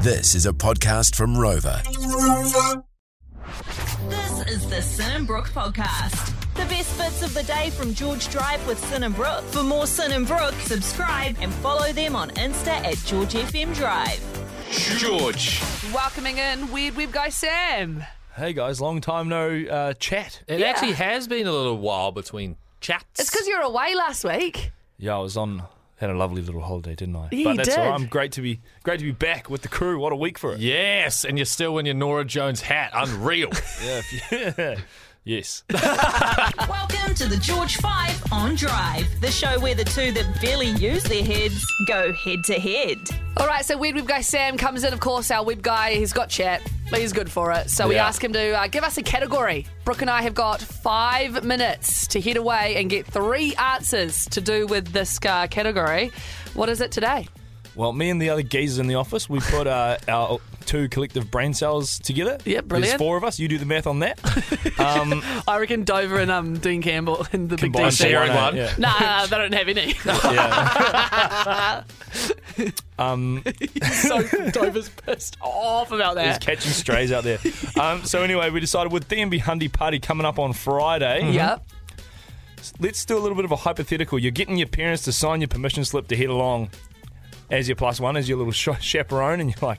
This is a podcast from Rover. This is the Sin and Brooke podcast. The best bits of the day from George Drive with Sin and Brooke. For more Sin and Brooke, subscribe and follow them on Insta at George FM Drive. George. Welcoming in Weird Web Guy Sam. Hey guys, long time no uh, chat. It actually has been a little while between chats. It's because you were away last week. Yeah, I was on had a lovely little holiday, didn't I? Yeah, but you that's did. all right. I'm great to be great to be back with the crew. What a week for it. Yes, and you're still in your Nora Jones hat. Unreal. Yeah. if you- yes. Welcome to the George 5 on Drive, the show where the two that barely use their heads go head to head. All right, so Weird Web Guy Sam comes in, of course, our web guy. He's got chat, but he's good for it. So we Yeah. ask him to uh, give us a category. Brooke and I have got five minutes to head away and get three answers to do with this uh, category. What is it today? Well, me and the other geezers in the office, we put uh, our two collective brain cells together. Yeah, There's brilliant. four of us. You do the math on that. Um, I reckon Dover and um, Dean Campbell and the combined for sharing uh, one. yeah. Nah, they don't have any. yeah. Um, so Dover's pissed off about There's that. catching strays out there. Um, so anyway, we decided with DMB Hundy Party coming up on Friday. Yep. Let's do a little bit of a hypothetical. You're getting your parents to sign your permission slip to head along as your plus one, as your little sh- chaperone, and you're like,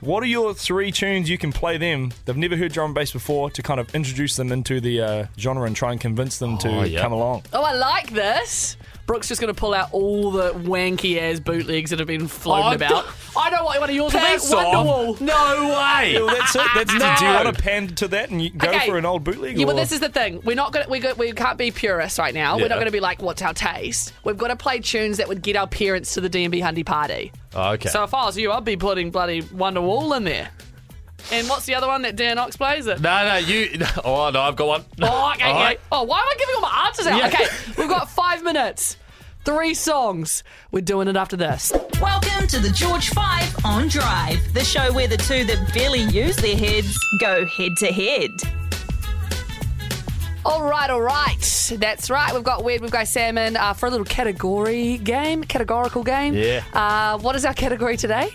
what are your three tunes you can play them? They've never heard drum and bass before to kind of introduce them into the uh, genre and try and convince them to Oh, yeah. come along. Oh, I like this. Brooke's just going to pull out all the wanky ass bootlegs that have been floating Oh, about. d- I don't want one of yours to be Piss off. Wonderwall. No way. Well, that's it. That's No. Do you want to pan to that and you go Okay. for an old bootleg? Yeah, or? but this is the thing. We're not gonna we go, we can't be purists right now. We're Yeah. not gonna be like, what's our taste? We've got to play tunes that would get our parents to the DMB Hundy party. Oh, Okay. So if I was you, I'd be putting bloody Wonderwall in there. And what's the other one that Dan Ox plays? It. no, no, you. Oh, no, I've got one. Oh, okay, All okay. right. Oh, why am I giving all my answers out? Yeah. Okay, we've got five minutes, three songs. We're doing it after this. Welcome to the George 5 on Drive, the show where the two that barely use their heads go head to head. All right, all right. That's right. We've got Weird We've got Salmon uh, for a little category game, categorical game. Yeah. Uh, what is our category today?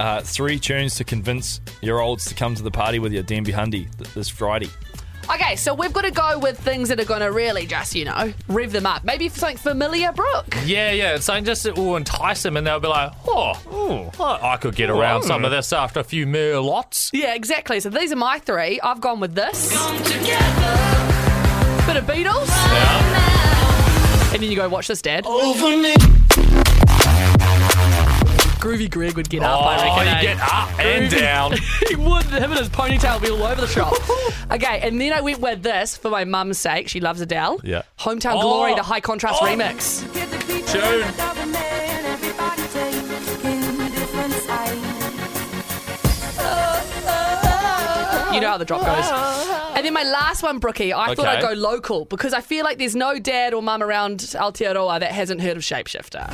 uh, three tunes to convince your olds to come to the party with your DMB Hundy th- this Friday. Okay, so we've got to go with things that are going to really just, you know, rev them up. Maybe for something familiar, Brooke. Yeah, yeah. It's something just that will entice them, and they'll be like, oh, oh, I could get around Ooh. some of this after a few merlots. Yeah, exactly. So these are my three. I've gone with this. Bit of Beatles. And then you go, watch this, Dad. Groovy Greg would get up, Oh, I reckon. you eh? get up and Groovy- down. he would. Him and his ponytail would be all over the shop. okay, and then I went with this for my mum's sake. She loves Adele. Yeah. Hometown Oh. Glory, the high contrast Oh. remix. Tune. You know how the drop goes. And then my last one, Brookie, I thought I'd go Okay. local because I feel like there's no dad or mum around Aotearoa that hasn't heard of Shapeshifter.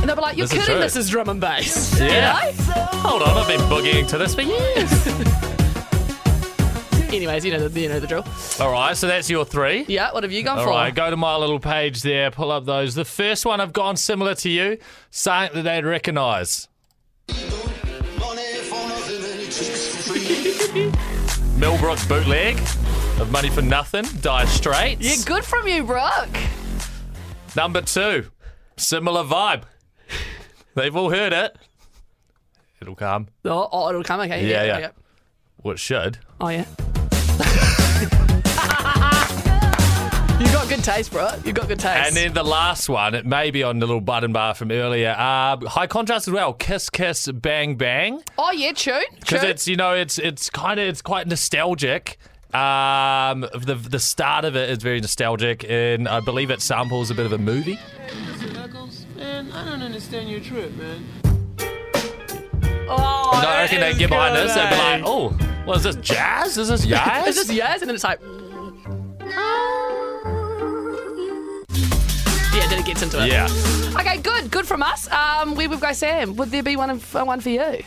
And they'll be like, you're This is kidding, true. this is drum and bass. Yeah. You Hold on, I've been boogieing to this for years. know? Anyways, you know, the, you know the drill. All right, so that's your three. Yeah, what have you gone All for? right, go to my little page there, pull up those. The first one I've gone similar to you, something that they'd recognise. Millbrook bootleg of Money for Nothing, Dire Straits. Yeah, good from you, Brooke. Number two, similar vibe. They've all heard it. It'll come. Oh, oh, it'll come. Okay. Yeah, yeah. yeah. Well, it should. Oh, yeah. you got good taste, bro. You got good taste. And then the last one, it may be on the little button bar from earlier. Uh, high contrast as well. Kiss, kiss, bang, bang. oh, yeah, tune. because tune. it's you know it's it's kind of it's quite nostalgic. Um, the the start of it is very nostalgic, and I believe it samples a bit of a movie. Knuckles, man, I don't understand your trip, man. Oh, No, I that reckon they is get behind good, this and be eh? like, "Oh, what is this jazz? Is this jazz? It's just yes, and then it's like. Yeah, then it gets into it. yeah." Okay, good, good from us. Um, we with Guy Sam. Would there be one, of, uh, one for you?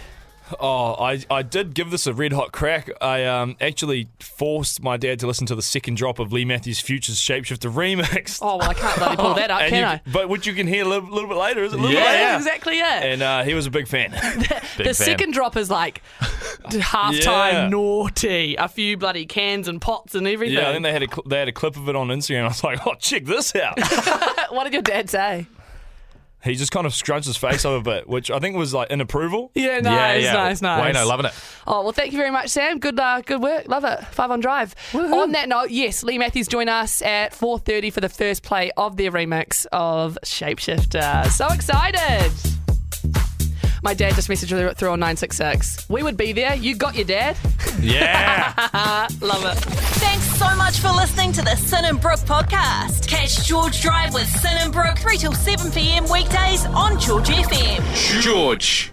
Oh, I, I did give this a red hot crack. I um, actually forced my dad to listen to the second drop of Lee Matthews Future's Shapeshifter remix. Oh, well, I can't bloody pull that up, And can you- I? But which you can hear a little, little bit later, is it? A little Yeah. bit later? That's exactly it. And uh, he was a big fan. the Big fan. second drop is like half time Yeah. naughty, a few bloody cans and pots and everything. yeah, I think they had a cl- they had a clip of it on Instagram. I was like, oh, check this out. what did your dad say? he just kind of scrunched his face up a bit, which I think was like in approval. Yeah, nice, nice, nice. Wayno, loving it. Oh well, thank you very much, Sam. Good, uh, good work. Love it. Five on drive. On that note, yes, Lee Matthews join us at four thirty for the first play of their remix of Shapeshifter. So excited! My dad just messaged through on nine six six. We would be there. You got your dad. Yeah. Love it. Thanks so much for listening to the Sin and Brook podcast. Catch George Drive with Sin and Brook 3 till 7 p.m. weekdays on George FM. George.